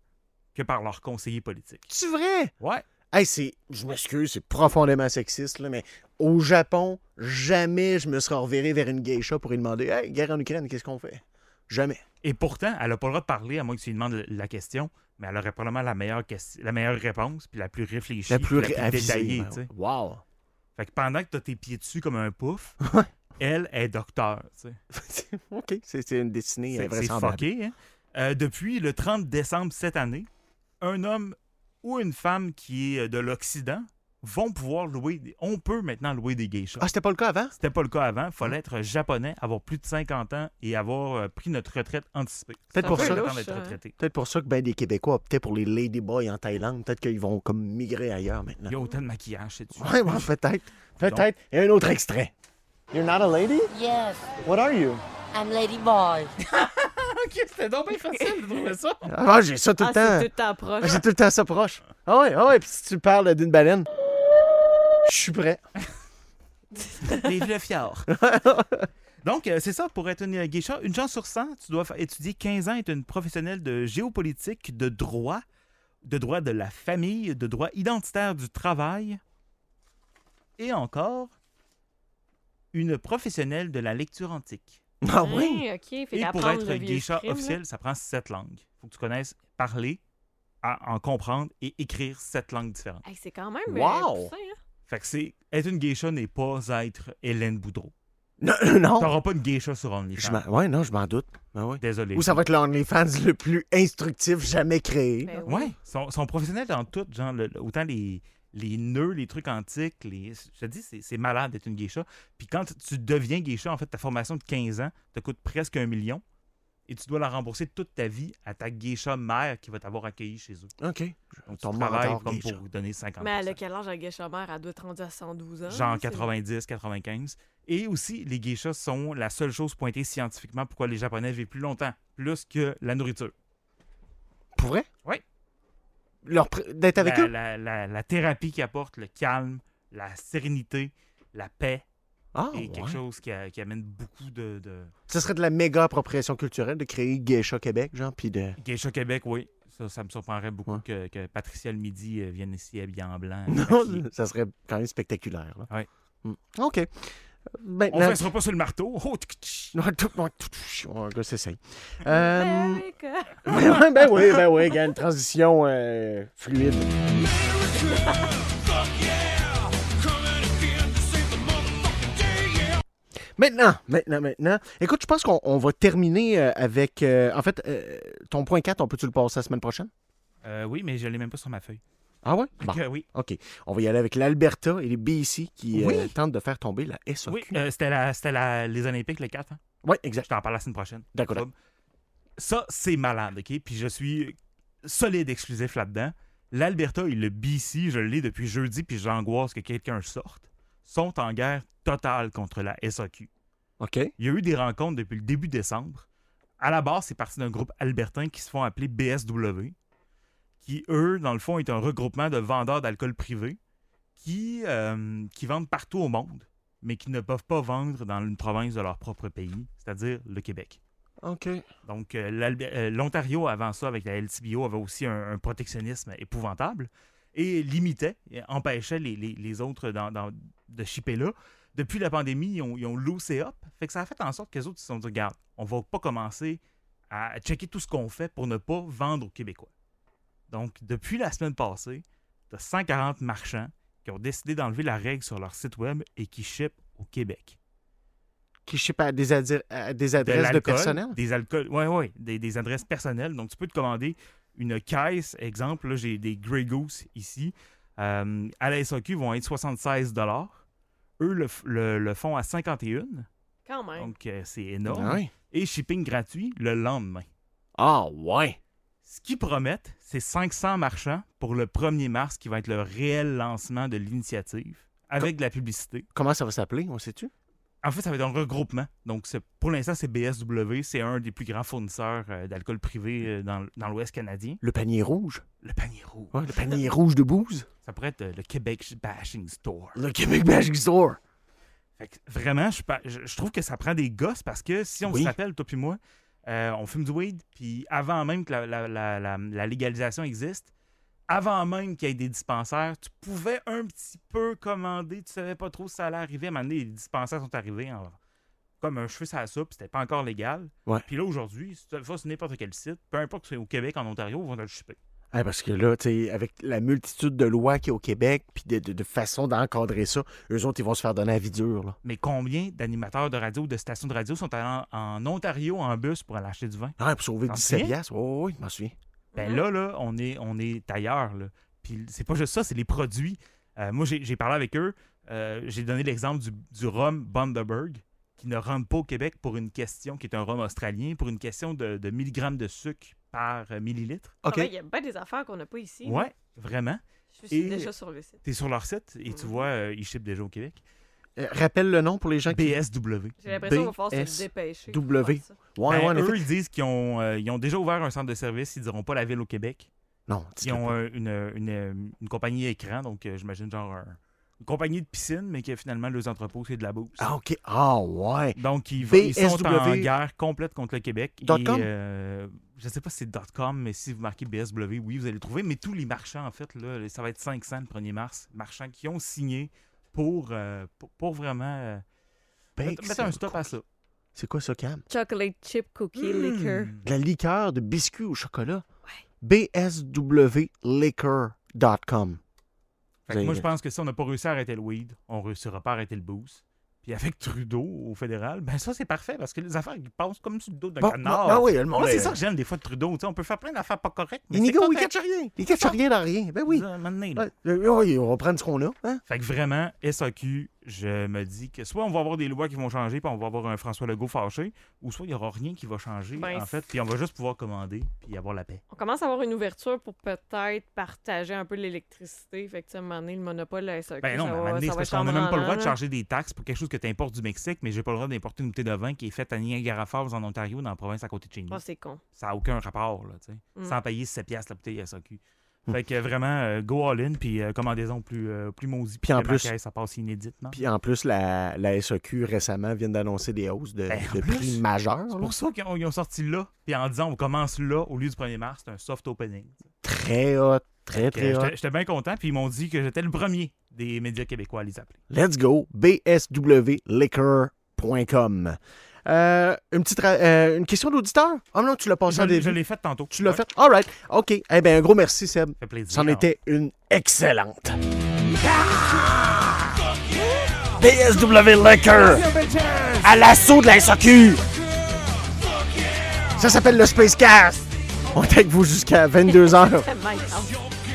S10: que par leur conseiller politique.
S9: C'est vrai?
S10: Ouais.
S9: Hey, c'est. Je m'excuse, c'est profondément sexiste, là, mais au Japon, jamais je me serais reviré vers une geisha pour lui demander Hey, guerre en Ukraine, qu'est-ce qu'on fait? Jamais.
S10: Et pourtant, elle n'a pas le droit de parler, à moins que tu lui demandes le- la question, mais elle aurait probablement la meilleure, question- la meilleure réponse, puis la plus réfléchie, puis la plus détaillée.
S9: ben
S10: tu sais.
S9: Wow.
S10: Fait que pendant que t'as tes pieds dessus comme un pouf, elle est docteur. tu sais.
S9: OK, c'est c'est une destinée
S10: C'est
S9: euh,
S10: c'est
S9: vraisemblable.
S10: fucké. hein. Euh, depuis le 30 décembre cette année, un homme ou une femme qui est de l'Occident vont pouvoir louer. des- On peut maintenant louer des geishas.
S9: Ah, c'était pas le cas avant?
S10: C'était pas le cas avant. Fallait être japonais, avoir plus de 50 ans et avoir euh, pris notre retraite anticipée.
S9: Peut-être
S11: Ça
S9: pour
S11: fait
S9: ça.
S11: louche.
S10: Avant d'être
S11: hein.
S10: retraité.
S9: Peut-être pour ça que ben des Québécois optaient pour les ladyboys en Thaïlande. Peut-être qu'ils vont comme migrer ailleurs maintenant.
S10: Il y a autant de maquillage chez tu.
S9: Ouais, ouais, peut-être. Peut-être. Et un autre extrait. You're not a lady?
S2: Yes,
S9: What are you?
S2: I'm Ladyboy.
S10: C'était donc bien facile de trouver ça.
S9: Ah, j'ai ça tout
S11: Ah,
S9: le temps.
S11: c'est tout
S9: Ah,
S11: t'approche.
S9: J'ai tout le temps ça proche. Ah ouais, ah ouais, puis si tu parles d'une baleine, je suis prêt.
S10: Les vieux fjords. Donc, euh, c'est ça, pour être une euh, geisha, une chance sur 100, tu dois fa- étudier 15 ans, être une professionnelle de géopolitique, de droit, de droit de la famille, de droit identitaire du travail, et encore, une professionnelle de la lecture antique.
S9: Ah
S11: Hein, OK. Fait
S10: et pour
S11: qu'apprendre
S10: être
S11: le vieux
S10: geisha
S11: crime, là.
S10: officiel, ça prend sept langues. Il faut que tu connaisses parler, à en comprendre et écrire sept langues différentes.
S11: Hey, c'est quand même.
S9: Wow.
S11: euh, poussé, hein.
S10: Fait que c'est, être une geisha n'est pas être Hélène Boudreau.
S9: Non, euh, non.
S10: T'auras pas une geisha sur
S9: Oh. Je
S10: OnlyFans.
S9: m'en- ouais, non, je m'en doute. Ah ouais.
S10: Désolé.
S9: Ou ça va être l'OnlyFans le plus instructif jamais créé.
S11: Ben oui.
S10: Ouais, sont, sont professionnels dans tout, genre le- le- autant les, les nœuds, les trucs antiques, les, je te dis, c'est c'est malade d'être une geisha. Puis quand tu deviens geisha, en fait, ta formation de 15 ans te coûte presque un million et tu dois la rembourser toute ta vie à ta geisha mère qui va t'avoir accueilli chez eux.
S9: OK.
S10: Donc, tu
S9: Ton
S10: travailles
S9: mentor
S10: comme
S9: geisha.
S10: pour vous donner 50
S11: Mais elle a quel âge, la geisha mère? Elle doit être rendue à 112 ans.
S10: genre
S11: là, c'est-
S10: 90, 95. Et aussi, les geishas sont la seule chose pointée scientifiquement pourquoi les Japonais vivent plus longtemps, plus que la nourriture.
S9: Pour vrai?
S10: Ouais.
S9: Leur pr- D'être avec
S10: la,
S9: eux?
S10: la- la- la thérapie qui apporte le calme, la sérénité, la paix
S9: Ah,
S10: et quelque
S9: ouais.
S10: chose qui, a- qui amène beaucoup de, de...
S9: Ce serait de la méga appropriation culturelle de créer Geisha Québec, genre, puis de...
S10: Geisha Québec, oui. Ça, ça me surprendrait beaucoup
S9: Ouais.
S10: que, que Patricia le midi euh, vienne ici habillée en blanc.
S9: Non,
S10: maquillée.
S9: ça serait quand même spectaculaire. Là.
S10: Ouais.
S9: Mm. OK. Euh,
S10: On
S9: Maintenant...
S10: ne restera pas sur le marteau. Oh, tch, tch.
S9: Ouais, tout- ouais, tout- tout- On va s'essayer. Euh...
S11: America.
S9: Ben, ouais, ben oui, ben oui, il y a une transition euh, fluide. Maintenant, maintenant, maintenant. Écoute, je pense qu'on on va terminer euh, avec. euh, en fait, euh, ton point 4, on peut-tu le passer la semaine prochaine?
S10: Euh, oui, mais je l'ai même pas sur ma feuille.
S9: Ah ouais? Bon,
S10: Donc, euh, oui,
S9: OK. On va y aller avec l'Alberta et les BC qui euh,
S10: Oui.
S9: tentent de faire tomber la SOQ.
S10: oui euh, c'était la- c'était la- les Olympiques, le 4. hein.
S9: Ouais,
S10: Je
S9: exact.
S10: t'en parle la semaine prochaine.
S9: D'accord.
S10: Ça, c'est malade, OK? Puis je suis solide exclusif là-dedans. L'Alberta et le BC, je l'ai depuis jeudi, puis j'angoisse que quelqu'un sorte, sont en guerre totale contre la SAQ.
S6: OK.
S10: Il y a eu des rencontres depuis le début décembre. À la base, c'est parti d'un groupe albertain qui se font appeler BSW, qui, eux, dans le fond, est un regroupement de vendeurs d'alcool privé qui, euh, qui vendent partout au monde, mais qui ne peuvent pas vendre dans une province de leur propre pays, c'est-à-dire le Québec.
S6: OK.
S10: Donc, euh, l'Albe- euh, l'Ontario, avant ça, avec la LTBO, avait aussi un, un protectionnisme épouvantable et limitait, et empêchait les, les- les autres dans- dans- de shipper là. Depuis la pandémie, ils ont, ils ont loosé up. Fait que ça a fait en sorte que les autres ils se sont dit regarde, on va pas commencer à checker tout ce qu'on fait pour ne pas vendre aux Québécois. Donc, depuis la semaine passée, tu 140 marchands qui ont décidé d'enlever la règle sur leur site web et qui shippent au Québec.
S9: Qui ship à des, adre- à des
S10: De
S9: adresses de,
S10: l'alcool,
S9: personnel?
S10: Des alcools, ouais, ouais, des, des adresses personnelles. Donc, tu peux te commander une caisse. Exemple, là, j'ai des Grey Goose ici. Euh, à la SAQ, vont être 76 Eux le, f- le- le font à 51
S11: Quand même. Mhm.
S10: Donc, euh, c'est énorme.
S9: Ah ouais.
S10: Et shipping gratuit le lendemain.
S9: Ah ouais!
S10: Ce qu'ils promettent, c'est 500 marchands pour le 1er mars, qui va être le réel lancement de l'initiative, avec de la publicité.
S9: Comment ça va s'appeler, on sait-tu?
S10: En fait, ça va être un regroupement. Donc, c'est- pour l'instant, c'est BSW. C'est un des plus grands fournisseurs euh, d'alcool privé euh, dans, l- dans l'Ouest canadien.
S9: Le panier rouge?
S10: Le panier rouge.
S9: Ouais, le panier rouge de bouse?
S10: Ça pourrait être euh, le Québec Bashing Store.
S9: Le Québec Magic Store!
S10: Fait que vraiment, je, pa- je- je trouve que ça prend des gosses parce que si on
S9: Oui.
S10: se rappelle, toi puis moi, euh, on fume du weed, puis avant même que la, la- la- la- la légalisation existe, avant même qu'il y ait des dispensaires, tu pouvais un petit peu commander, tu savais pas trop si ça allait arriver. À un moment donné, les dispensaires sont arrivés en- comme un cheveu sur la soupe, c'était pas encore légal.
S9: Ouais.
S10: Puis là, aujourd'hui, si tu le fais sur n'importe quel site, peu importe que c'est au Québec, en Ontario, ils vont te le choper.
S9: Ah, parce que là, tu sais, avec la multitude de lois qu'il y a au Québec, puis de, de, de façons d'encadrer ça, eux autres, ils vont se faire donner la vie dure. Là.
S10: Mais combien d'animateurs de radio, de stations de radio sont allés en, en Ontario en bus pour aller acheter du vin?
S9: Ah, pour sauver
S10: T'en
S9: 17
S10: souviens?
S9: piastres. Oh, oui, je m'en souviens. Mm-hmm.
S10: Ben là, là, on est, on est ailleurs. Là. Puis c'est pas juste ça, c'est les produits. Euh, moi, j'ai j'ai parlé avec eux. euh, j'ai donné l'exemple du, du rhum Bundaberg qui ne rentre pas au Québec pour une question, qui est un rhum australien, pour une question de, de milligrammes de sucre par euh, millilitre.
S11: Ah ben, Il y a bien des affaires qu'on n'a pas
S9: Eh
S11: ici.
S10: Ouais, vraiment.
S11: Je suis
S10: Et-
S11: déjà sur le site.
S10: T'es sur leur site et
S9: Mm-hmm.
S10: tu
S11: Mhm.
S10: vois, euh, ils shippent déjà au Québec.
S9: Euh, rappelle le nom pour les gens qui.
S10: BSW.
S11: J'ai l'impression qu'on va falloir
S9: BS
S11: se dépêcher. pour
S9: W.
S11: faire ça.
S9: Ouais, ouais,
S10: Ben,
S9: en effet.
S10: eux, ils disent qu'ils ont, euh, ils ont déjà ouvert un centre de service, ils diront pas la ville au Québec.
S9: Non,
S10: Ils
S9: dis-le
S10: ont
S9: pas.
S10: euh, une, une- une compagnie écran, donc euh, j'imagine genre un- une compagnie de piscine, mais qui a finalement leurs entrepôts, c'est de la bourse.
S9: Ah, OK. Ah, ouais.
S10: Donc, ils, v- ils sont en
S9: BSW.
S10: guerre complète contre le Québec.
S9: Dot
S10: et,
S9: com?
S10: euh, je ne sais pas si c'est .com, mais si vous marquez BSW, oui, vous allez le trouver. Mais tous les marchands, en fait, là, ça va être 500 le 1er mars, marchands qui ont signé pour, euh, pour, pour vraiment euh,
S9: Ben,
S10: mettre mettre un stop à ça.
S9: C'est quoi ça, Cam?
S11: Chocolate chip cookie
S9: Hmm.
S11: liquor.
S10: Mm.
S9: De la liqueur de biscuits au chocolat. BSWLiquor.com.
S10: Fait que moi, je pense que si on n'a pas réussi à arrêter le weed, on ne réussira pas à arrêter le boost. Puis avec Trudeau au fédéral, ben ça, c'est parfait parce que les affaires, ils passent comme sur le dos d'un
S9: Bon,
S10: canard.
S9: ah oui, le monde
S10: Moi, c'est
S9: est-
S10: ça que j'aime des fois de Trudeau. tu sais, on peut faire plein d'affaires pas correctes, mais
S9: Inigo,
S10: c'est
S9: il
S10: correct.
S9: cache rien. Il cache rien dans rien. Ben oui.
S10: Ça, à un moment donné, là.
S9: Ouais, euh, oui, on va prendre ce qu'on a. Hein?
S10: Fait que vraiment, SAQ, je me dis que soit on va avoir des lois qui vont changer, puis on va avoir un François Legault fâché, ou soit il n'y aura rien qui va changer,
S11: Ben,
S10: en fait, puis on va juste pouvoir commander, puis avoir la paix.
S11: On commence à avoir une ouverture pour peut-être partager un peu l'électricité. Fait que, tu sais, à un moment donné, le monopole, là, ça,
S10: Ben
S11: ça
S10: non, mais à un
S11: va-
S10: moment donné, c'est
S11: ça va
S10: parce qu'on n'a
S11: être
S10: même pas le droit
S11: en
S10: de
S11: allant.
S10: charger des taxes pour quelque chose que tu importes du Mexique, mais j'ai pas le droit d'importer une bouteille de vin qui est faite à Niagara Falls en Ontario, dans la province à côté de chez nous.
S11: Oh, c'est con.
S10: Ça n'a aucun rapport, là, tu sais.
S11: Mm.
S10: Sans payer 7 piastres la bouteille SAQ.
S9: Mm.
S10: Fait que vraiment, euh, go all in, puis euh, commandaison plus, euh, plus mausie.
S9: Puis en
S10: que ma
S9: plus-
S10: caisse, ça passe inédite, non?
S9: Puis en plus, la, la SAQ récemment vient d'annoncer des hausses de,
S10: Ben, en
S9: de
S10: plus,
S9: prix majeurs.
S10: C'est
S9: là.
S10: pour ça qu'ils ont, ils ont sorti là. Puis en disant, on commence là au lieu du 1er mars, c'est un soft opening.
S9: Très hot. Très,
S10: Fait que,
S9: très
S10: euh,
S9: hot.
S10: J'étais j'étais bien content, puis ils m'ont dit que j'étais le premier des médias québécois à les appeler.
S9: Let's go. BSWLiquor.com. Euh, une, petite ra- euh, une question d'auditeur? Ah non, tu l'as passé
S10: Je,
S9: en
S10: l'ai- je
S9: début.
S10: l'ai fait tantôt.
S9: Tu l'as
S10: Ouais,
S9: fait? All right. OK. Eh bien, un gros merci, Seb.
S10: ça fait plaisir.
S9: C'en
S10: hein.
S9: était une excellente. Ah! BSW Liquor à l'assaut de la SAQ. Ça s'appelle le Spacecast. On est avec vous jusqu'à 22h.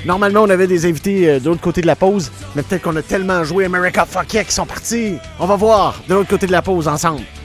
S9: Normalement, on avait des invités euh, de l'autre côté de la pause, mais peut-être qu'on a tellement joué America Fuck Yeah qu'ils sont partis. On va voir de l'autre côté de la pause ensemble.